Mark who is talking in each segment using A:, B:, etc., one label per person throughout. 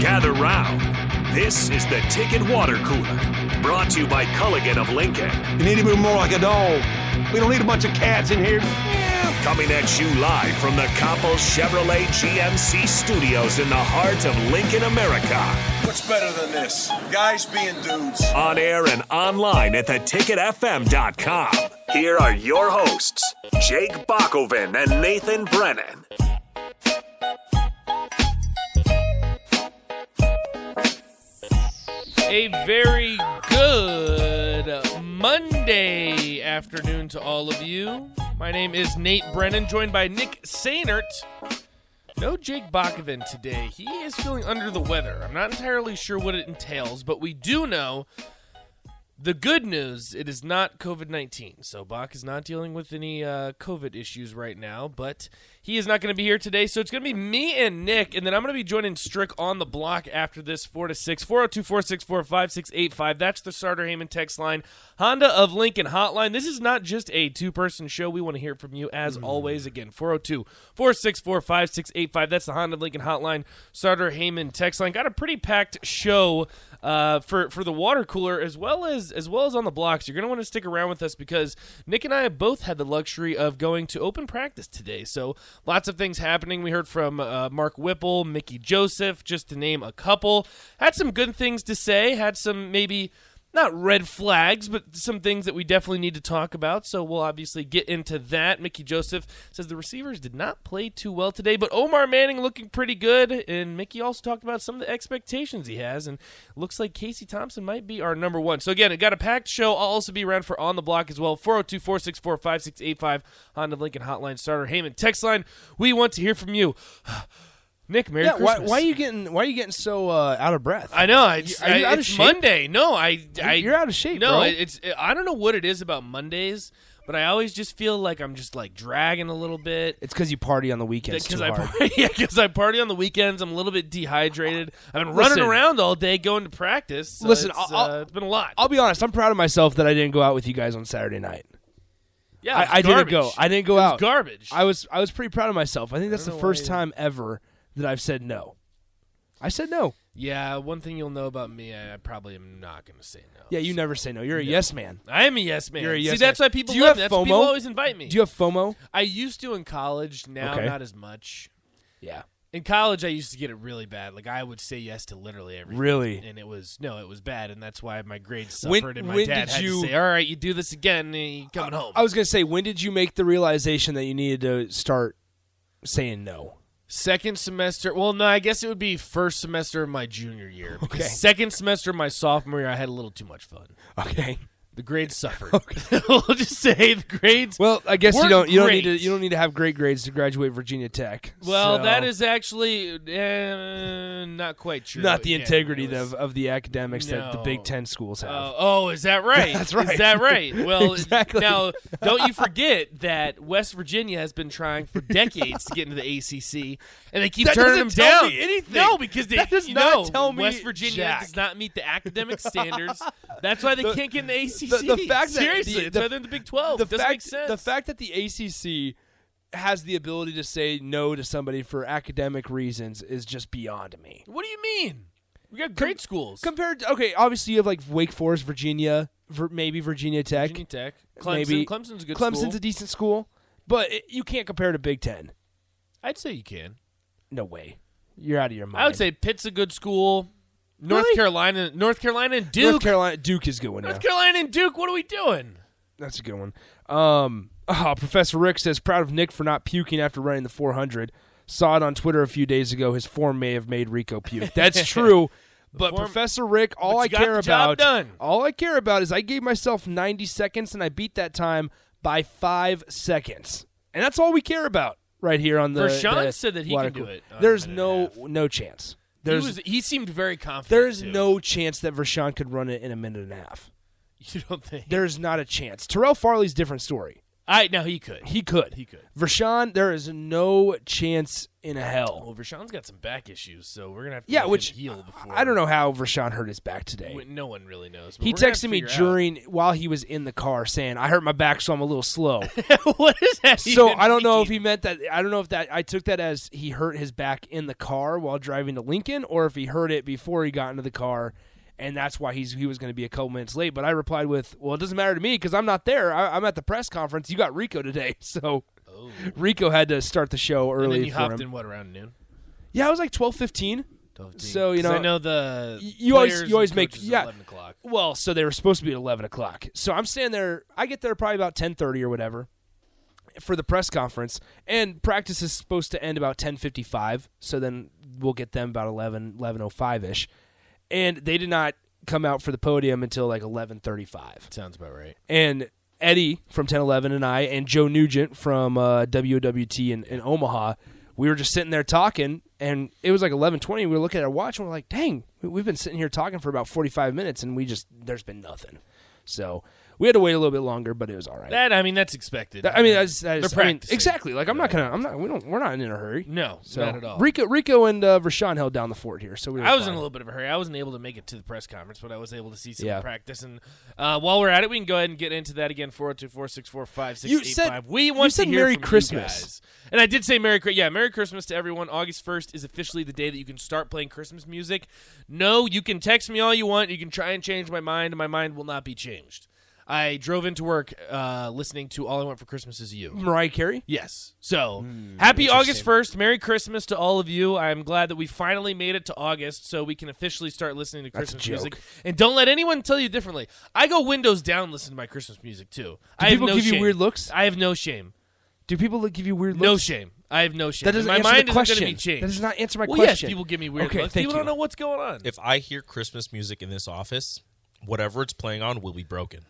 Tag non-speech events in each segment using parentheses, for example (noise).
A: Gather round. This is the Ticket Water Cooler, brought to you by Culligan of Lincoln.
B: You need to move more like a dog. We don't need a bunch of cats in here.
A: Coming at you live from the Copple Chevrolet GMC studios in the heart of Lincoln, America.
C: What's better than this? Guys being dudes.
A: On air and online at theticketfm.com. Here are your hosts, Jake Bakoven and Nathan Brennan.
D: A very good Monday afternoon to all of you. My name is Nate Brennan, joined by Nick Sainert. No Jake Bakovin today. He is feeling under the weather. I'm not entirely sure what it entails, but we do know the good news it is not COVID 19. So Bach is not dealing with any uh, COVID issues right now, but he is not going to be here today. So it's going to be me and Nick, and then I'm going to be joining Strick on the block after this 4 to oh 6. 402 464 5685. That's the Starter Heyman text line. Honda of Lincoln hotline. This is not just a two person show. We want to hear from you as always. Again, 402 464 5685. That's the Honda of Lincoln hotline. Starter Heyman text line. Got a pretty packed show uh, for for the water cooler as well as as well as on the blocks. You're gonna want to stick around with us because Nick and I have both had the luxury of going to open practice today. So lots of things happening. We heard from uh, Mark Whipple, Mickey Joseph, just to name a couple. Had some good things to say. Had some maybe. Not red flags, but some things that we definitely need to talk about. So we'll obviously get into that. Mickey Joseph says the receivers did not play too well today, but Omar Manning looking pretty good. And Mickey also talked about some of the expectations he has. And looks like Casey Thompson might be our number one. So again, it got a packed show. I'll also be around for On the Block as well. 402 464 5685 Honda of Lincoln Hotline Starter Heyman text line. We want to hear from you. (sighs) Nick, Merry
E: Yeah, why,
D: Christmas.
E: why are you getting why are you getting so uh, out of breath?
D: I know. I, just-
E: Are you
D: I-
E: out of
D: it's
E: shape?
D: Monday. No, I, I.
E: you're out of shape,
D: No,
E: bro.
D: it- it's. I don't know what it is about Mondays, but I always just feel like I'm just like dragging a little bit.
E: it's because you party on the weekends too
D: I
E: hard.
D: party, (laughs) yeah, 'cause I party on the weekends. I'm a little bit dehydrated. I've been running
E: Listen.
D: around all day going to practice. so
E: Listen,
D: it's,
E: I'll-
D: uh, it's been a lot.
E: I'll be honest. I'm proud of myself that I didn't go out with you guys on Saturday night.
D: yeah,
E: I, I
D: it's
E: didn't go.
D: garbage.
E: I didn't go
D: It was
E: out.
D: Garbage.
E: I was I was pretty proud of myself. I think that's
D: know
E: the first
D: why.
E: time ever that I've said no. I said no.
D: yeah, one thing you'll know about me, I, I probably am not going to say no.
E: Yeah, you never say no. You're a yes man.
D: I am a yes man.
E: You're a yes
D: See, that's
E: man.
D: why people
E: Do you
D: love
E: have
D: me. That's
E: FOMO?
D: why people always invite me.
E: Do you have FOMO?
D: I used to in college. Now,
E: Okay.
D: not as much.
E: Yeah.
D: In college, I used to get it really bad. Like I would say yes to literally everything.
E: Really?
D: and it was no, it was bad, and that's why my grades
E: When-
D: suffered. and my
E: when
D: dad
E: did
D: had
E: you-
D: to say, "All right, you do this again, and you coming home."
E: I was gonna say, when did you make the realization that you needed to start saying no?
D: Second semester. Well, no, I guess it would be first semester of my junior year. because
E: Okay.
D: Second semester of my sophomore year, I had a little too much fun.
E: Okay.
D: The
E: (laughs)
D: grades suffered. (laughs) we'll just say the grades.
E: Well, I guess
D: Weren't
E: you don't you don't
D: great.
E: need to you don't need to have great grades to graduate Virginia Tech.
D: Well,
E: so-
D: that is actually uh, not quite true.
E: not the
D: Yeah, it
E: integrity
D: was-
E: of, of the academics that the
D: No.
E: Big Ten schools have.
D: Oh, oh, is
E: (laughs)
D: that right?
E: That's right.
D: Is that right? Well,
E: (laughs) Exactly.
D: now don't you forget that West Virginia has been trying for decades to get into the ACC, and they keep
E: That
D: turning them
E: doesn't tell
D: down.
E: me anything.
D: No, because they
E: That does
D: you
E: not
D: know,
E: tell me
D: West Virginia
E: jack.
D: does not meet the
E: (laughs)
D: academic standards. That's why they
E: The-
D: can't get in the ACC.
E: the fact that
D: seriously,
E: the-
D: it's
E: the-
D: why they're in the Big Twelve.
E: the
D: doesn't
E: fact
D: make sense.
E: the fact that the ACC has the ability to say no to somebody for academic reasons is just beyond me.
D: what do you mean? We got great schools.
E: Compared to okay, obviously you have like Wake Forest, Virginia, Vir- maybe Virginia Tech.
D: Virginia Tech, Clemson.
E: maybe-
D: Clemson's a good
E: Clemson's
D: school.
E: a decent school, but it, you can't compare to Big Ten.
D: I'd say you can.
E: No way, you're out of your mind.
D: I would say Pitt's a good school. North
E: Really?
D: Carolina, North Carolina, and Duke.
E: North Carolina Duke is going now.
D: North Carolina and Duke, what are we doing?
E: That's a good one. Um, (laughs) ah, Professor Rick says, proud of Nick for not puking after running the 400. Saw it on Twitter a few days ago. His form may have made Rico puke.
D: (laughs)
E: That's true. But
D: form-
E: Professor Rick, all
D: But
E: I
D: you got
E: care
D: the job
E: about,
D: done.
E: all I care about is I gave myself 90 seconds and I beat that time by five seconds, and that's all we care about right here on the.
D: Vershawn
E: the
D: said that he
E: water
D: can do
E: cool-
D: it on a
E: There's
D: minute and
E: no
D: a
E: no chance.
D: He,
E: There's
D: was, he seemed very confident.
E: there's
D: too.
E: no chance that Vershawn could run it in a minute and a half.
D: (laughs) You don't think?
E: There's not a chance. Terrell Farley's different story.
D: I now he (laughs) could.
E: He could.
D: He could.
E: Vershawn, there is no chance in hell.
D: Well, Rashawn's got some back issues, so we're gonna have to
E: Yeah,
D: let him
E: which
D: heal before.
E: I don't know how Vershawn hurt his back today.
D: We- No one really knows. but
E: He
D: we're gonna have
E: texted
D: to
E: me
D: figure out-
E: during while he was in the car saying, "I hurt my back, so I'm a
D: (laughs)
E: little slow." (laughs)
D: what is that?
E: so
D: even
E: I don't know if
D: mean?
E: he meant that. I don't know if that. I took that as he hurt his back in the car while driving to Lincoln, or if he hurt it before he got into the car, and that's why he's he was going to be a couple minutes late. But I replied with, "Well, it doesn't matter to me because I'm not there. I, I'm at the press conference. You got Rico today, (laughs) so." Rico had to start the show
D: Oh. And
E: early
D: then you
E: for
D: hopped
E: him.
D: in what around noon?
E: Yeah, it was like twelve fifteen.
D: 12,
E: So, you
D: 'Cause I
E: know,
D: know the
E: y- you always-
D: players
E: you
D: and
E: always make-
D: coaches at
E: yeah.
D: eleven o'clock.
E: Well, so they were supposed to be at eleven o'clock. So I'm standing there. I get there probably about ten thirty or whatever for the press conference, and practice is supposed to end about ten fifty five. So then we'll get them about 11, 11.05 ish, and they did not come out for the podium until like eleven thirty five.
D: Sounds about right.
E: And Eddie from ten eleven and I and Joe Nugent from uh, WWT in, in Omaha, we were just sitting there talking, and it was like eleven twenty. We were looking at our watch, and we're like, "Dang, we- we've been sitting here talking for about forty five minutes, and we just there's been nothing." So we had to wait a little bit longer, but it was all right.
D: That I mean, that's expected.
E: That- I mean, that's, that
D: They're
E: is, I mean,
D: practicing.
E: exactly. Like I'm not gonna, I'm not, we don't, we're not in a hurry.
D: no,
E: So
D: not at all.
E: Rico, Rico, and uh, Rashawn held down the fort here, so we were
D: I was
E: fine.
D: in a little bit of a hurry. I wasn't able to make it to the press conference, but I was able to see some
E: Yeah.
D: practice. And uh, while we're at it, we can go ahead and get into that again. Four zero two four six four five six
E: You
D: eight
E: said-
D: five. We
E: you
D: want
E: said
D: to hear
E: Merry
D: from you
E: Christmas.
D: guys. and I did say Merry Christmas. Yeah, Merry Christmas to everyone. August first is officially the day that you can start playing Christmas music. No, you can text me all you want. You can try and change my mind, and my mind will not be changed. I drove into work uh, listening to "All I Want for Christmas Is You."
E: Mariah Carey.
D: Yes. So
E: Hmm,
D: happy August 1st. Merry Christmas to all of you. I'm glad that we finally made it to August so we can officially start listening to
E: That's a
D: Christmas
E: joke.
D: music. And don't let anyone tell you differently. I go windows down listening to my Christmas music too. I
E: people
D: have no
E: give you
D: shame.
E: weird looks?
D: I have no shame.
E: Do people look- give you weird looks?
D: No shame. I have no shame.
E: That doesn't
D: my
E: answer
D: mind
E: the
D: isn't
E: question.
D: going to be changed.
E: That does not answer my
D: well,
E: question.
D: yes, people give me weird
E: okay,
D: looks.
E: Thank
D: people
E: you.
D: don't know what's going on.
F: If I hear Christmas music in this office, whatever it's playing on will be broken.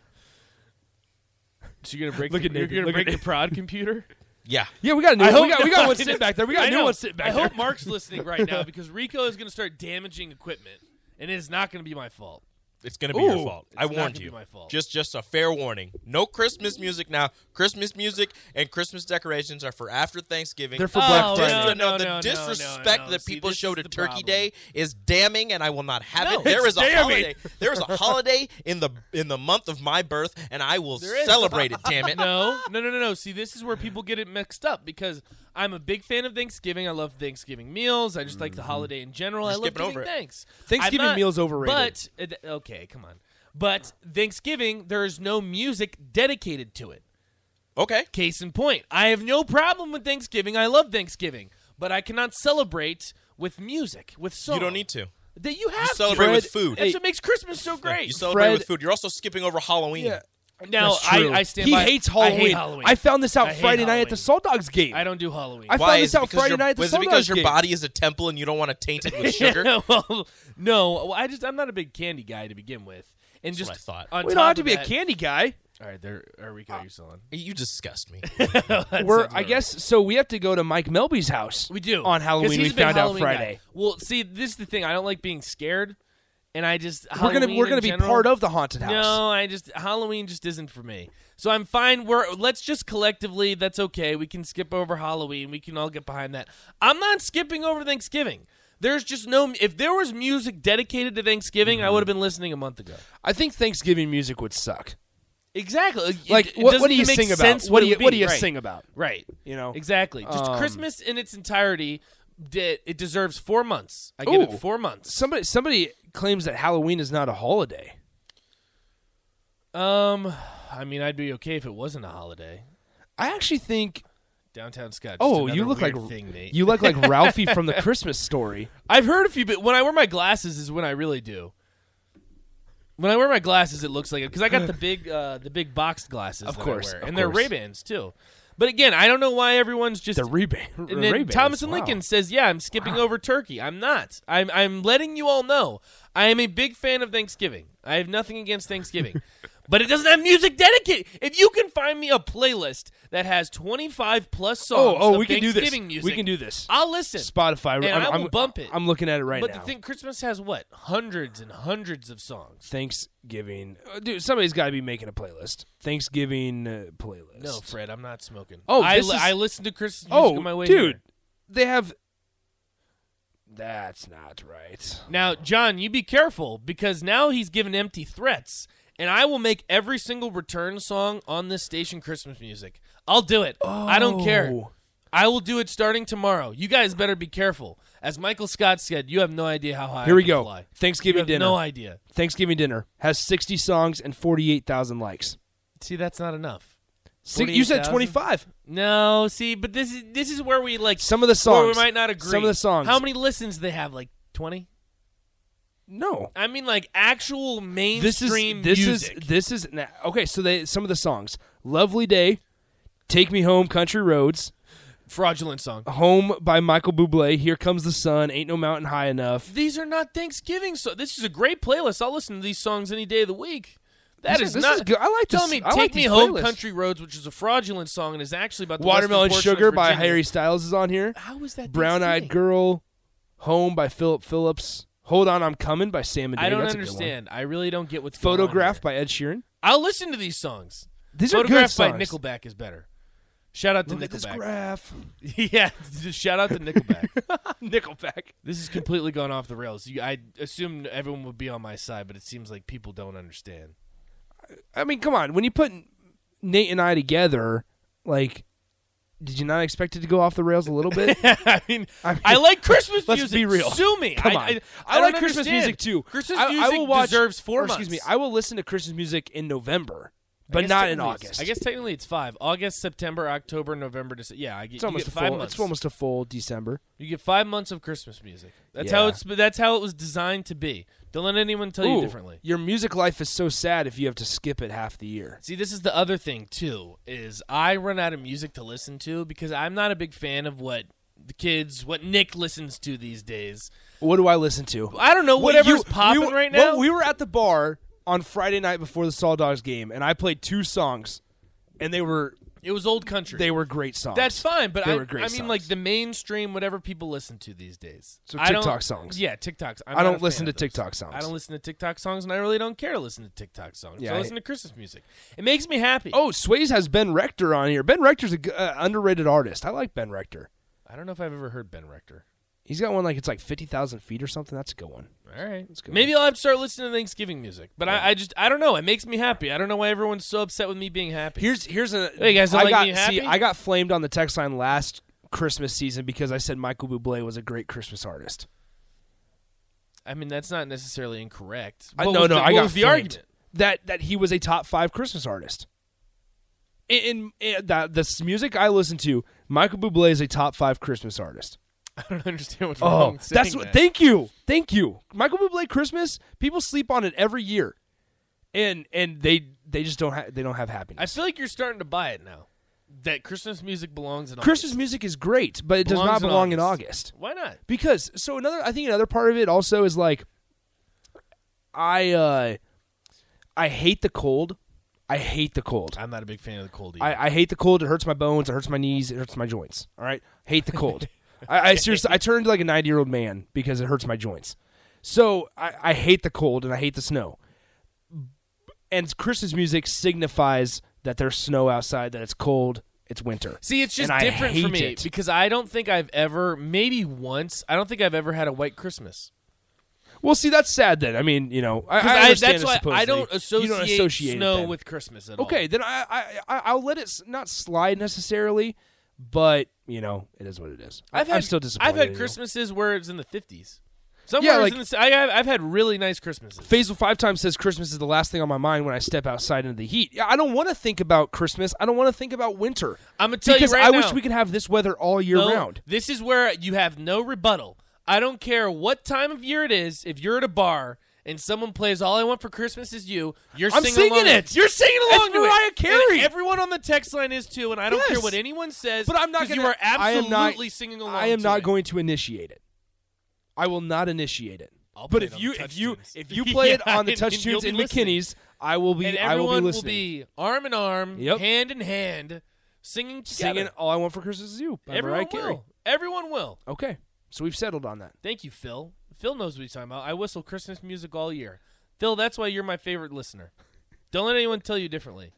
D: so you're going to break,
E: Look
D: the,
E: at
D: you're
E: Nathan.
D: gonna
E: Look at
D: break the prod
E: (laughs)
D: computer?
F: Yeah.
E: Yeah, we got a new.
D: I hope
E: we got, we got one
D: nobody-
E: sitting back there. We got
D: I
E: a new
D: know.
E: one sitting back
D: I
E: there.
D: hope Mark's listening right
E: (laughs)
D: now because Rico is going to start damaging equipment, and it is not going to be my
E: (laughs)
D: fault.
F: It's gonna be
E: Ooh.
F: your fault. I
D: It's not
F: warned
D: gonna
F: you.
D: be my fault.
F: Just just a fair warning. No Christmas music now. Christmas music and Christmas decorations are for after Thanksgiving.
E: They're for Black
D: Oh,
F: Just
E: Friday.
F: to
D: no, no,
F: know the
D: no, no,
F: disrespect
D: no, no.
F: that
D: See,
F: people
D: this
F: show
D: is
F: to
D: the
F: Turkey
D: problem.
F: Day is damning, and I will not have
D: No,
F: it. There
D: it's
F: is a
D: damning.
F: holiday. There is a holiday in the in the month of my birth, and I will
D: There is.
F: celebrate it. Damn
D: (laughs)
F: it!
D: No, no, no, no, no. See, this is where people get it mixed up because I'm a big fan of Thanksgiving. I love Thanksgiving meals. I just like the
E: Mm-hmm.
D: holiday in general. I love
F: skipping
D: giving
F: over it.
D: thanks.
E: Thanksgiving
D: I'm not-
E: meal's overrated.
D: But uh, th- okay, come on. But Thanksgiving, there is no music dedicated to it.
F: Okay.
D: Case in point, I have no problem with Thanksgiving. I love Thanksgiving, but I cannot celebrate with music, with song.
F: You don't need to.
D: That you have
F: celebrate
D: to.
F: with food.
D: That's what makes Christmas so great.
F: You celebrate
E: Fred-
F: with food. You're also skipping over Halloween.
E: Yeah.
D: now
E: That's
D: I,
E: true.
D: I stand
E: he
D: by.
E: hates Halloween.
D: I hate Halloween.
E: I found this out
D: I hate
E: Friday night at the
D: Halloween.
E: Salt Dogs game.
D: I don't do Halloween. (laughs)
E: I
F: Why
E: found
F: is
E: this
F: it
E: out
F: because
E: Friday
F: your-
E: night at the
F: was it
E: Salt
F: because
E: Dogs
F: your
E: game.
F: body is a temple and you don't want to taint it
E: (laughs)
F: with sugar?
D: well, no, Well, I just I'm not a big candy guy to begin with, and just
F: what I thought.
D: on
E: We don't
D: top
E: have to
D: of
E: be a
D: that-
E: candy guy.
D: All right, there, are we going? You're (laughs) selling.
F: you disgust me.
E: We're, I guess, so we have to go to Mike Melby's house.
D: We do
E: on
D: 'Cause
E: Halloween.
D: he's
E: We
D: a big
E: found out
D: Halloween guy.
E: Friday.
D: Well, see, this is the thing. I don't like being scared, and I just
E: We're gonna
D: Halloween
E: we're
D: in
E: gonna be
D: general-
E: part of the haunted house.
D: No, I just Halloween just isn't for me. So I'm fine. We're let's just collectively. That's okay. We can skip over Halloween. We can all get behind that. I'm not skipping over Thanksgiving. There's just no. If there was music dedicated to Thanksgiving,
E: Mm-hmm.
D: I would have been listening a month ago.
E: I think Thanksgiving music would suck.
D: Exactly.
E: Like,
D: It- it
E: what,
D: doesn't
E: what do you
D: even make
E: sing about?
D: sense
E: What do
D: it
E: you
D: would
E: what
D: be.
E: do you
D: Right.
E: sing about?
D: Right.
E: You know?
D: Exactly. Just
E: Um,
D: Christmas in its entirety. De- it deserves four months. I give
E: Ooh.
D: it four months.
E: Somebody somebody claims that Halloween is not a holiday.
D: Um, I mean, I'd be okay if it wasn't a holiday.
E: I actually think.
D: Downtown Scott. just
E: Oh, you
D: another
E: look like
D: weird thing, Nate.
E: you look like Ralphie
D: (laughs)
E: from the Christmas Story.
D: I've heard a few, but when I wear my glasses is when I really do. When I wear my glasses, it looks like it because I got the big, uh, the big boxed glasses.
E: Of
D: that I
E: course,
D: wear,
E: of
D: and they're
E: course.
D: Ray Bans too. But again, I don't know why everyone's just.
E: The rebate.
D: and then Thomas and Lincoln says, "Yeah, I'm skipping over turkey. I'm not. I'm
E: (laughs)
D: I'm letting you all know. I am a big fan of Thanksgiving. I have nothing against Thanksgiving, But it doesn't have music dedicated. If you can find me a playlist that has 25 plus songs
E: Oh, oh,
D: of
E: we can do this.
D: Thanksgiving music,
E: We can do this.
D: I'll listen.
E: Spotify.
D: And
E: I'm,
D: I will
E: I'm-
D: bump it.
E: I'm looking at it right
D: but
E: now.
D: the thing, Christmas has what? Hundreds and hundreds of songs.
E: Thanksgiving, Uh, dude. Somebody's got to be making a playlist. Thanksgiving uh, playlist.
D: No, Fred, I'm not smoking.
E: Oh,
D: I,
E: this
D: li-
E: is-
D: I listen to Christmas music
E: oh,
D: on my way
E: dude,
D: here.
E: they have. That's not right.
D: Now, John, you be careful because now he's giving empty threats, and I will make every single return song on this station Christmas music. I'll do it. I don't care.
E: Oh.
D: I will do it starting tomorrow. You guys better be careful. As Michael Scott said, you have no idea how high
E: Here
D: I
E: we
D: can
E: go.
D: fly. You
E: Thanksgiving
D: have
E: dinner.
D: No idea.
E: Thanksgiving dinner has 60 songs and 48,000 likes.
D: See, that's not enough.
E: Si- you said
D: 48,000?
E: 25.
D: No, see, but this is this is where we like
E: Some of the
D: where we
E: songs.
D: might not agree.
E: Some of the songs.
D: How many listens do they have? Like twenty.
E: No.
D: I mean, like actual
E: This is
D: mainstream
E: this
D: music.
E: is this is nah, okay. So they some of the songs: "Lovely Day," "Take Me Home," "Country Roads,"
D: fraudulent song.
E: "Home" by Michael Bublé, "Here Comes the Sun," "Ain't No Mountain High Enough."
D: These are not Thanksgiving songs. This is a great playlist. I'll listen to these songs any day of the week. That is
E: This is- this
D: not
E: is good. I like
D: Tell
E: this-
D: me,
E: I
D: take
E: like
D: me
E: these
D: home,
E: playlists.
D: country roads, which is a fraudulent song and is actually about the
E: "Watermelon
D: western portion of
E: Sugar" by
D: Virginia. Ah,
E: Harry Styles is on here.
D: How is that?
E: "Brown Eyed
D: Thanksgiving?
E: Girl," "Home" by Philip Phillips. "Hold On, I'm Coming" by Sam and Dave.
D: I don't
E: That's a good one.
D: understand. I really don't get what's going on
E: "Photograph"
D: here.
E: by Ed Sheeran.
D: I'll listen to these songs.
E: These are good
D: Photograph
E: songs.
D: by Nickelback is better. Shout out to
E: Look at this
D: Nickelback.
E: graph.
D: (laughs) yeah, (laughs) just shout out to Nickelback.
E: (laughs)
D: (laughs)
E: Nickelback.
D: this is completely gone off the rails. You, I assumed everyone would be on my side, but it seems like people don't understand.
E: I mean, come on. When you put Nate and I together, like, did you not expect it to go off the rails a little (laughs) bit?
D: (laughs) I mean, I
E: I mean,
D: like Christmas
E: let's
D: music.
E: be real.
D: Sue me.
E: Come
D: I,
E: on.
D: I,
E: I
D: don't
E: like Christmas
D: understand.
E: music too.
D: Christmas
E: I,
D: music
E: I will watch,
D: deserves four
E: or Excuse me.
D: months.
E: I will listen to Christmas music in November,
D: I
E: but
D: guess
E: not in
D: technically it's-
E: August.
D: I guess technically it's five: August, September, October, November, December. Yeah, I get,
E: it's
D: you
E: almost a
D: get five
E: full.
D: months.
E: It's almost a full December.
D: you get five months of Christmas music. That's
E: Yeah.
D: how it's. That's how it was designed to be. Don't let anyone tell you
E: Ooh,
D: differently.
E: Your music life is so sad if you have to skip it half the year.
D: See, this is the other thing too. Is I run out of music to listen to because I'm not a big fan of what the kids, what Nick listens to these days.
E: What do I listen to?
D: I don't know
E: Whatever
D: whatever's popping right now.
E: we were at the bar on Friday night before the Saw Dogs game, and I played two songs, and they were
D: it was old country.
E: they were great songs.
D: That's fine, but
E: They
D: I,
E: were great
D: I mean, like
E: songs.
D: the mainstream, whatever people listen to these days.
E: So
D: I don't-
E: TikTok songs.
D: yeah, TikToks. I'm
E: I
D: not
E: don't
D: a fan
E: listen to
D: of those.
E: TikTok songs.
D: I don't listen to TikTok songs, and I really don't care to listen to TikTok songs.
E: Yeah,
D: so I
E: I-
D: listen to Christmas music. It makes me happy.
E: Oh, Swayze has Ben Rector on here. Ben Rector's an uh, underrated artist. I like Ben Rector.
D: I don't know if I've ever heard Ben Rector.
E: He's got one like it's like fifty thousand feet or something. That's a good one.
D: All right,
E: go.
D: maybe I'll have to start listening to Thanksgiving music. But I, I just, I don't know. It makes me happy. I don't know why everyone's so upset with me being happy.
E: Here's here's a
D: Hey, you guys don't
E: I
D: like
E: got
D: me
E: see
D: happy?
E: I got flamed on the text line last Christmas season because I said Michael Bublé was a great Christmas artist.
D: I mean, that's not necessarily incorrect.
E: I,
D: What
E: no,
D: was
E: no,
D: the,
E: I
D: what
E: got
D: was the
E: flamed.
D: argument. (laughs)
E: that that he was a top five Christmas artist. In, in, in that this music I listen to, Michael Bublé is a top five Christmas artist.
D: I don't understand what's wrong.
E: Oh,
D: with
E: that's
D: saying
E: what.
D: that.
E: Thank you, thank you. Michael Bublé Christmas. People sleep on it every year, and and they they just don't ha- they don't have happiness.
D: I feel like you're starting to buy it now. That Christmas music belongs in
E: Christmas
D: August.
E: music is great, but it does
D: Belongs
E: not
D: in
E: belong in
D: August.
E: August.
D: Why not?
E: because so another I think another part of it also is like I uh I hate the cold. I hate the cold.
D: I'm not a big fan of the cold either.
E: I, I hate the cold. It hurts my bones. It hurts my knees. It hurts my joints. All right. Hate
D: (laughs)
E: the cold. I, I seriously, I turned like a 90 year old man because it hurts my joints. So I, I hate the cold and I hate the snow. And Christmas music signifies that there's snow outside, that it's cold, it's winter.
D: See, it's just
E: And I
D: different for
E: hate
D: me
E: it.
D: because I don't think I've ever, maybe once, I don't think I've ever had a white Christmas.
E: Well, see, that's sad then. I mean, you know, I,
D: 'Cause
E: I
D: I-
E: understand
D: that's
E: it
D: why
E: supposedly.
D: I don't associate,
E: you don't associate it
D: snow
E: then.
D: with Christmas at all.
E: Okay, then I, I, I, I'll let it s- not slide necessarily, but, you know, it is what it is.
D: I've had,
E: am still disappointed.
D: I've had
E: in you.
D: Christmases where it's in the 50s. Somewhere it's
E: like-
D: in the, s- I have, I've had really nice Christmases.
E: Faisal five times says Christmas is the last thing on my mind when I step outside into the heat. Yeah, I don't want to think about Christmas. I don't want to think about winter.
D: I'm gonna tell you
E: because
D: right
E: I
D: now-
E: wish we could have this weather all year
D: No,
E: round.
D: Oh, This is where you have no rebuttal. I don't care what time of year it is. If you're at a bar and someone plays "All I Want for Christmas Is You," you're
E: I'm
D: singing, along
E: singing
D: to
E: it. You're singing along
D: it's
E: to
D: Mariah
E: it.
D: Carey.
E: And
D: everyone on the text line is too, and I don't care
E: Yes.
D: what anyone says.
E: But I'm not
D: 'cause
E: going.
D: You are absolutely
E: I am not,
D: singing along.
E: I am
D: to
E: not
D: it.
E: going to initiate it. I will not initiate it.
D: I'll
E: but
D: play
E: if
D: it on
E: you
D: the
E: if
D: touch
E: you
D: tunes.
E: if you play it
D: Yeah, (laughs)
E: on the
D: and-
E: touch
D: and you'll
E: tunes
D: be
E: in
D: listening.
E: McKinney's, I will be.
D: and
E: I will
D: everyone
E: be
D: will
E: listening.
D: be arm in arm,
E: Yep.
D: hand in hand, singing together.
E: singing "All I Want for Christmas Is You." by
D: Everyone
E: Mariah Carey.
D: will. Everyone will.
E: Okay, so we've settled on that.
D: Thank you, Phil. Phil knows what he's talking about. I whistle Christmas music all year. Phil, that's why you're my favorite listener. Don't let anyone tell you differently.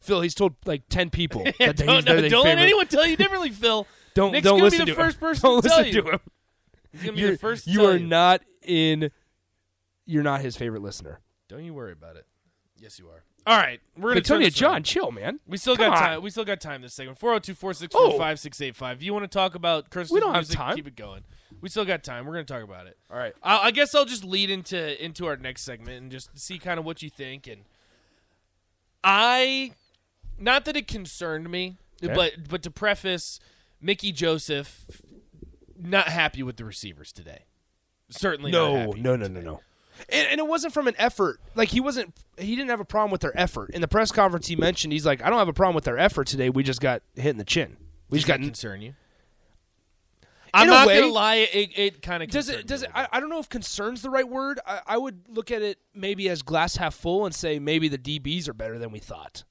E: Phil, he's told like
D: (laughs)
E: ten people (laughs) that
D: don't
E: he's, they're
D: no,
E: their
D: don't let
E: favorite.
D: anyone tell you
E: (laughs)
D: differently, Phil.
E: Don't
D: Nick's
E: don't
D: gonna
E: listen
D: be the
E: to
D: first
E: him.
D: person
E: Don't
D: to tell
E: listen
D: you.
E: to him.
D: He's gonna be
E: You're,
D: the first. To
E: you
D: tell
E: are
D: you.
E: not in. You're not his favorite listener.
D: Don't you worry about it. Yes, you are. All right, we're gonna turn
E: Antonio
D: this around.
E: John, chill, man.
D: We still
E: Come
D: got
E: on. Oh.
D: time. We still got time this segment. 402-464-5685. If you want to talk about Christmas
E: We don't have
D: music,
E: time.
D: keep it going. We still got time. We're going to talk about it.
E: All right.
D: I, I guess I'll just lead into into our next segment and just see kind of what you think. And I, not that it concerned me,
E: Okay.
D: but but to preface, Mickey Joseph, not happy with the receivers today. Certainly not
E: No,
D: happy.
E: no, no, no, no. And, and it wasn't from an effort. Like he wasn't. He didn't have a problem with their effort. In the press conference, he mentioned he's like, I don't have a problem with their effort today. We just got hit in the chin. We
D: Does
E: just got.
D: that concern you? I'm
E: a
D: not
E: way-
D: gonna lie. It, it kind of
E: Does it? Does it? I, I don't know if concerns the right word. I, I would look at it maybe as glass half full and say maybe the DBs are better than we thought.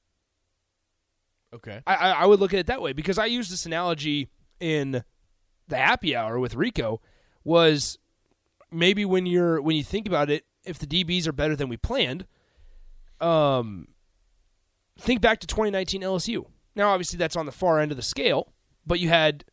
D: okay.
E: I, I, I would look at it that way because I used this analogy in the happy hour with Rico was maybe when you're when you think about it, if the DBs are better than we planned, um, think back to 2019 LSU. Now, obviously, that's on the far end of the scale, but you had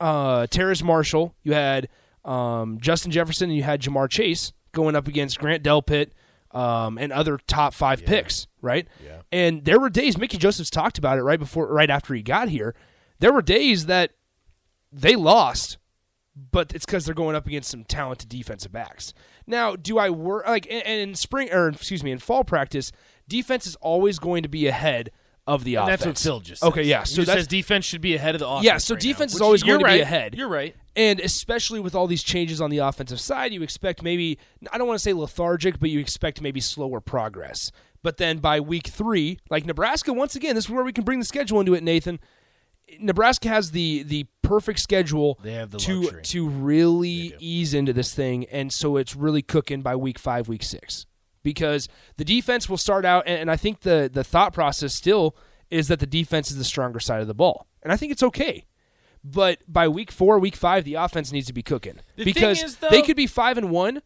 E: uh, Terrace Marshall, you had um, Justin Jefferson, and you had Jamar Chase going up against Grant Delpit um, and other top five picks, right? Yeah. And there were days Mickey Joseph's talked about it right before, right after he got here. There were days that they lost, but it's because they're going up against some talented defensive backs. Now, do I worry? Like, and, and in spring, or excuse me, in fall practice, defense is always going to be ahead of the
D: And
E: offense.
D: that's what Phil just says.
E: Okay, yeah. So
D: he
E: that's
D: says defense should be ahead of the offense.
E: Yeah, so
D: right now,
E: defense is
D: which
E: always
D: you're
E: going to be
D: right.
E: ahead.
D: You're right.
E: and especially with all these changes on the offensive side, you expect maybe I don't want to say lethargic, but you expect maybe slower progress. But then by week three, like Nebraska, once again, this is where we can bring the schedule into it, Nathan. Nebraska has the the perfect schedule
D: They have the
E: to
D: luxury.
E: to really ease into this thing, and so it's really cooking by week five, week six, because the defense will start out, and, and I think the the thought process still is that the defense is the stronger side of the ball, and I think it's okay. But by week four, week five, the offense needs to be cooking
D: The thing
E: because
D: is, though-
E: they could be five and one,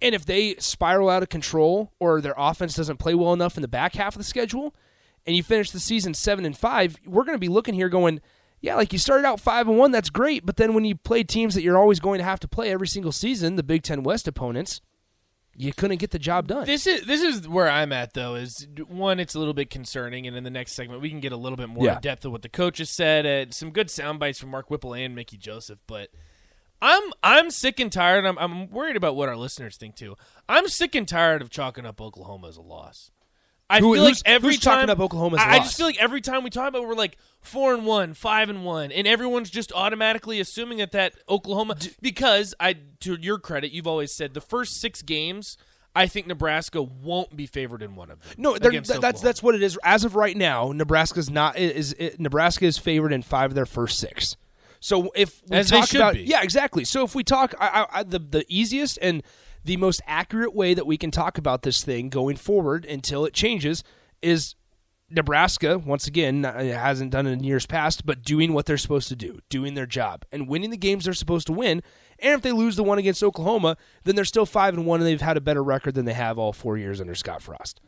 E: and if they spiral out of control or their offense doesn't play well enough in the back half of the schedule, and you finish the season seven and five, we're going to be looking here going, yeah, like you started out five and one, that's great, but then when you play teams that you're always going to have to play every single season, the Big Ten West opponents, you couldn't get the job done.
D: This is this is where I'm at though. Is one, it's a little bit concerning, and in the next segment we can get a little bit more
E: Yeah.
D: in depth of what the coaches said, and some good sound bites from Mark Whipple and Mickey Joseph. But I'm I'm sick and tired. I'm I'm worried about what our listeners think too. I'm sick and tired of chalking up Oklahoma as a loss. I
E: Who-
D: feel like
E: who's-
D: every
E: who's
D: time
E: chalking up Oklahoma as a
D: I, I
E: loss?
D: just feel like every time we talk about, it, we're like four and one, five and one, and everyone's just automatically assuming that that Oklahoma because I, to your credit, you've always said the first six games. I think Nebraska won't be favored in one of them.
E: No, they're,
D: against
E: th- that's
D: Oklahoma.
E: that's what it is. As of right now, Nebraska's not is, is Nebraska is favored in five of their first six. So if we
D: As they
E: talk
D: should
E: about
D: be.
E: yeah, exactly. So if we talk, I, I, I, the the easiest and the most accurate way that we can talk about this thing going forward until it changes is Nebraska once again not- it hasn't done it in years past, but doing what they're supposed to do, doing their job, and winning the games they're supposed to win. And if they lose the one against Oklahoma, then they're still five and one, and they've had a better record than they have all four years under Scott Frost.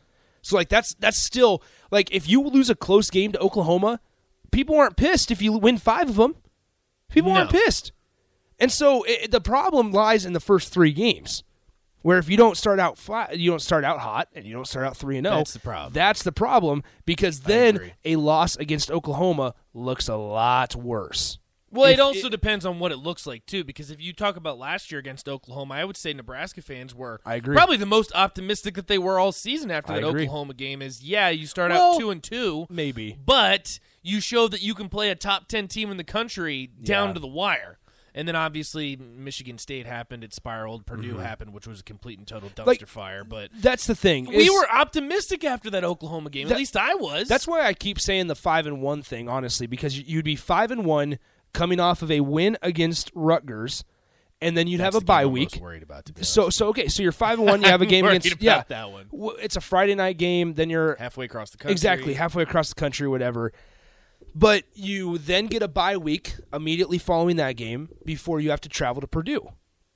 E: So like that's that's still like if you lose a close game to Oklahoma, people aren't pissed if you win five of them. People aren't
D: No.
E: pissed, and so i the problem lies in the first three games, where if you don't start out flat, you don't start out hot, and you don't start out three and zero.
D: That's the problem.
E: That's the problem because then
D: agree.
E: a loss against Oklahoma looks a lot worse.
D: Well,
E: if
D: it also depends on what it looks like too, because if you talk about last year against Oklahoma, I would say Nebraska fans were
E: I agree.
D: probably the most optimistic that they were all season after
E: I
D: that
E: agree.
D: Oklahoma game. Is yeah, you start
E: Well,
D: out two and two,
E: maybe.
D: but you show that you can play a top ten team in the country down
E: Yeah.
D: to the wire. And then obviously Michigan State happened, it spiraled. Purdue happened, which was a complete and total dumpster
E: Mm-hmm. Like,
D: fire. But
E: That's the thing.
D: we
E: is-
D: were optimistic after that Oklahoma game.
E: That-
D: At least I was.
E: That's why I keep saying the five and one thing, honestly, because you'd be five and one coming off of a win against Rutgers, and then you'd have a
G: the game
E: bye
G: I'm
E: week.
G: most worried about to be
E: So so okay, so you're five and
G: (laughs)
E: one. You have a
G: I'm
E: game
G: worried
E: against
G: about
E: yeah
G: that one.
E: W- It's a Friday night game. Then you're
G: honest. halfway across the country.
E: exactly halfway across the country, whatever. But you then get a bye week immediately following that game before you have to travel to Purdue.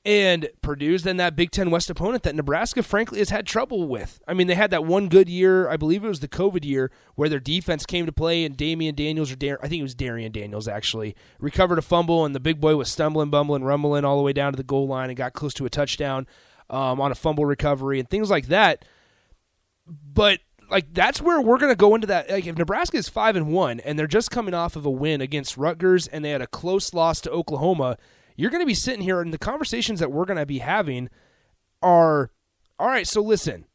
E: And Purdue's then that Big Ten West opponent that Nebraska, frankly, has had trouble with. I mean, they had that one good year, I believe it was the COVID year, where their defense came to play and Damian Daniels, or Dar- I think it was Darian Daniels actually, recovered a fumble and the big boy was stumbling, bumbling, rumbling all the way down to the goal line and got close to a touchdown um, on a fumble recovery and things like that but like that's where we're going to go into that like if Nebraska is 5 and 1 and they're just coming off of a win against Rutgers and they had a close loss to Oklahoma you're going to be sitting here and the conversations that we're going to be having are all right so listen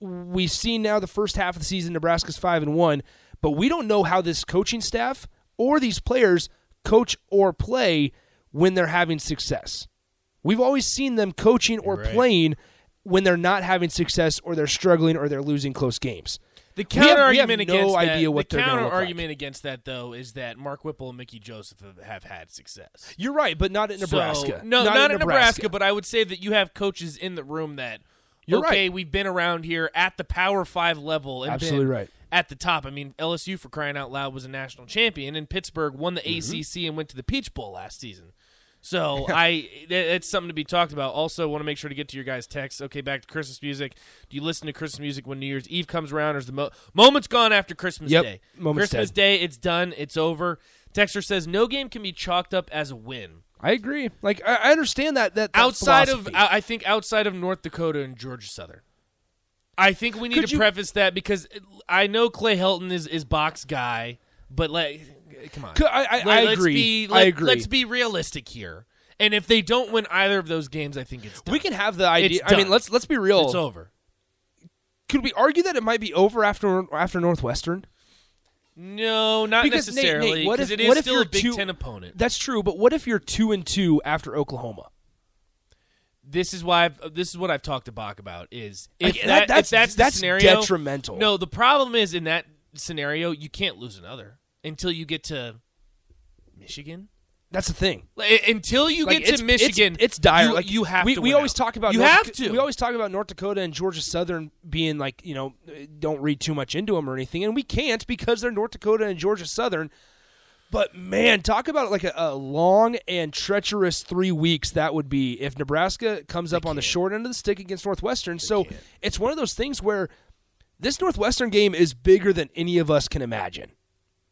E: we've seen now the first half of the season Nebraska's 5 and 1 but we don't know how this coaching staff or these players coach or play when they're having success We've always seen them coaching or playing when they're not having success or they're struggling or they're losing close games.
D: The
E: We have-
D: counter
E: we have
D: argument
E: no
D: against
E: idea
D: that,
E: what
D: the
E: they're gonna
D: counter
E: look like.
D: argument against that though is that Mark Whipple and Mickey Joseph have, have had success.
E: You're right, but not at Nebraska.
D: So- no, not, at Nebraska. but I would say that you have coaches in the room that
E: You're
D: okay,
E: right.
D: we've been around here at the Power Five level and
E: Absolutely
D: been
E: right.
D: at the top. I mean, LSU for crying out loud was a national champion, and Pittsburgh won
E: Mm-hmm.
D: the ACC and went to the Peach Bowl last season.
E: (laughs)
D: So I, it- it's something to be talked about. Also, want to make sure to get to your guys' texts. Okay, back to Christmas music. Do you listen to Christmas music when New Year's Eve comes around, or is the mo- moment's gone after Christmas
E: Yep,
D: Day?
E: moment's
D: Christmas
E: dead.
D: Day, it's done, it's over. Texter says no game can be chalked up as a win
E: I agree. Like I, I understand that that, that
D: outside of
E: philosophy.
D: I I think outside of North Dakota and Georgia Southern. I think we need
E: Could
D: to
E: you-
D: preface that because I know Clay Helton is is box guy, but like come on.
E: Could- I- I- I
D: let's
E: agree.
D: Be,
E: I
D: let,
E: agree.
D: Let's be realistic here. And if they don't win either of those games, I think it's done.
E: we can have the idea.
D: It's
E: I mean,
D: done.
E: let's let's be real.
D: it's over.
E: Could we argue that it might be over after after Northwestern?
D: No, not
E: Because, Nate, Nate,
D: necessarily.
E: what
D: because
E: if-
D: it is
E: what if
D: still
E: you're
D: a Big
E: two-
D: Ten opponent.
E: That's true, but what if you're two and two after Oklahoma?
D: this is why I've, this is what I've talked to Bach about is if,
E: Like, that-
D: that,
E: that's-
D: if that's the
E: that's
D: scenario
E: detrimental.
D: No, the problem is in that scenario you can't lose another until you get to Michigan.
E: That's the thing.
D: Like, until you
E: Like,
D: get to Michigan,
E: It's, it's dire.
D: You,
E: like
D: you have
E: we,
D: to.
E: we
D: win
E: always
D: out.
E: talk about
D: you
E: North
D: have
E: Daco-
D: to.
E: We always talk about North Dakota and Georgia Southern being like you know don't read too much into them or anything, and we can't because they're North Dakota and Georgia Southern. But man, talk about like a, a long and treacherous three weeks that would be if Nebraska comes up on the short end of the stick against Northwestern. so it's one of those things where this Northwestern game is bigger than any of us can imagine.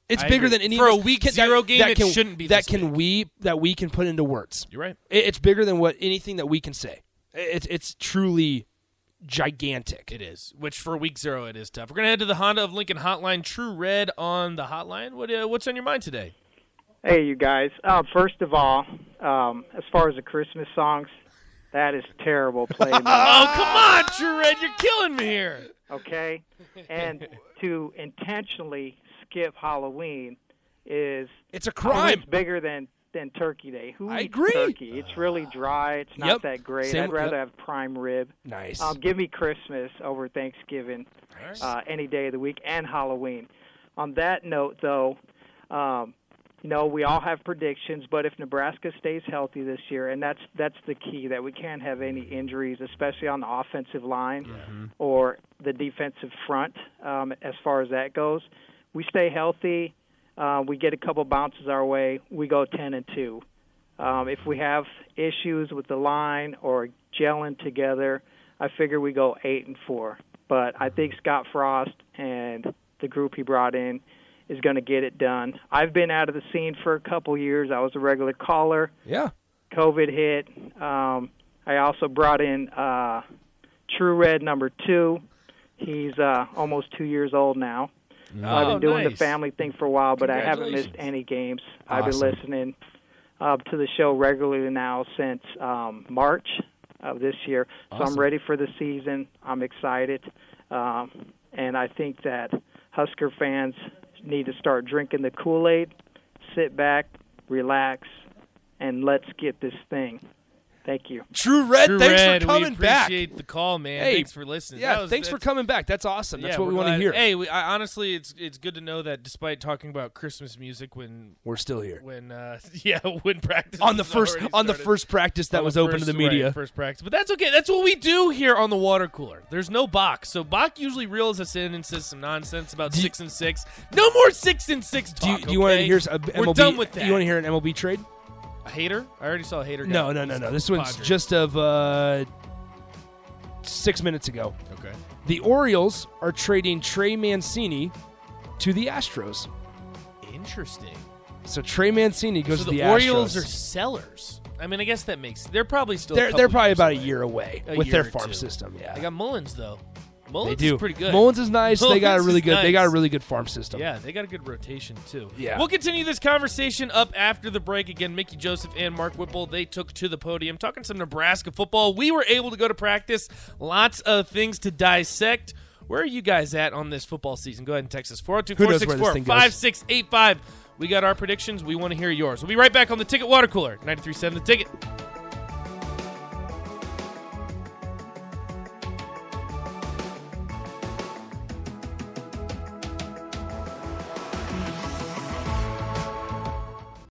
E: It's
D: I
E: bigger
D: agree.
E: than any
D: For
E: of
D: a
E: us-
D: week
E: can-
D: zero game, it
E: can,
D: shouldn't be
E: that
D: this
E: can we that we can put into words.
D: You're right.
E: It- It's bigger than what anything that we can say. It's it's truly gigantic.
D: It is, which for week zero it is tough. We're gonna head to the Honda of Lincoln Hotline. True Red on the hotline. What uh, what's on your mind today?
H: Hey, you guys. Uh, first of all, um, as far as the Christmas songs, that is terrible
D: (laughs)
H: playing.
D: Oh come on, True Red, you're killing me here.
H: okay? And to intentionally skip Halloween is
E: It's a
H: I mean,
E: crime.
H: It's bigger than than Turkey Day. Who
E: I
H: eats
E: agree.
H: turkey? It's really dry. It's not
E: Yep.
H: that great.
E: Same-
H: I'd rather
E: yep.
H: have prime rib.
E: Nice.
H: Um, give me Christmas over Thanksgiving, uh, any day of the week, and Halloween. On that note, though, um, you know we all have predictions, but if Nebraska stays healthy this year, and that's that's the key that we can't have any injuries, especially on the offensive line
E: Mm-hmm.
H: or the defensive front, um, as far as that goes. We stay healthy. Uh, we get a couple bounces our way. We go ten and two. Um, if we have issues with the line or gelling together, I figure we go eight and four. But I think Scott Frost and the group he brought in is going to get it done. I've been out of the scene for a couple years. I was a regular caller.
E: yeah.
H: COVID hit. Um, I also brought in uh, True Red number two. He's uh, almost two years old now. I've
D: Oh,
H: been doing the
D: nice.
H: family thing for a while, but I haven't missed any games. I've been listening uh, to the show regularly now since um, March of this year. So I'm ready for the season. I'm excited. Um, and I think that Husker fans need to start drinking the Kool Aid, sit back, relax, and let's get this thing Thank you.
E: True Red,
D: Drew
E: (laughs) thanks
D: Red,
E: for coming
D: we
E: back.
D: appreciate the call, man.
E: Hey,
D: thanks for listening.
E: Yeah,
D: That was-
E: thanks for
D: that's-
E: coming back. That's awesome. That's
D: yeah,
E: what we
D: we're
E: want to
D: glad-
E: hear.
D: Hey, we, I, honestly, it's it's good to know that despite talking about Christmas music, when
E: We're still here
D: when uh, (laughs) yeah when practice
E: on the
D: has
E: first
D: already
E: on the
D: started.
E: first practice that
D: On
E: was
D: the
E: open to
D: first-
E: the
D: right,
E: media.
D: first practice, but that's okay. That's what we do here on the water cooler. There's no Bach, so Bach usually reels us in and says some nonsense about
E: you-
D: six and six. No more six and six
E: do you,
D: talk.
E: do you want to
D: okay?
E: hear uh, a MLB?
D: We're done with that.
E: You want to hear an MLB trade?
D: hater? I already saw hater. got
E: No, no, no, no. This one's
D: Padres.
E: just of uh, six minutes ago.
D: okay.
E: The Orioles are trading Trey Mancini to the Astros.
D: Interesting.
E: So Trey Mancini goes
D: So
E: to
D: the,
E: the,
D: Orioles
E: Astros.
D: are sellers. I mean, I guess that makes they're probably still. a
E: they're
D: couple
E: they're probably
D: years
E: about
D: away.
E: a year away
D: A
E: with
D: year
E: their
D: or
E: farm
D: two.
E: system. Yeah,
D: They got Mullins though.
E: They
D: Mullins
E: do.
D: is pretty good.
E: Mullins is nice. they got a
D: Mullins
E: really
D: is
E: good. They got a
D: nice.
E: really good farm system.
D: Yeah, they got a good rotation too.
E: Yeah.
D: We'll continue this conversation up after the break. Again, Mickey Joseph and Mark Whipple, they took to the podium talking some Nebraska football. We were able to go to practice. Lots of things to dissect. Where are you guys at on this football season? Go ahead and text us
E: Who knows where this thing
D: 402
E: goes?
D: 5685. We got our predictions. We want to hear yours. We'll be right back on the Ticket Water Cooler, 937 The Ticket.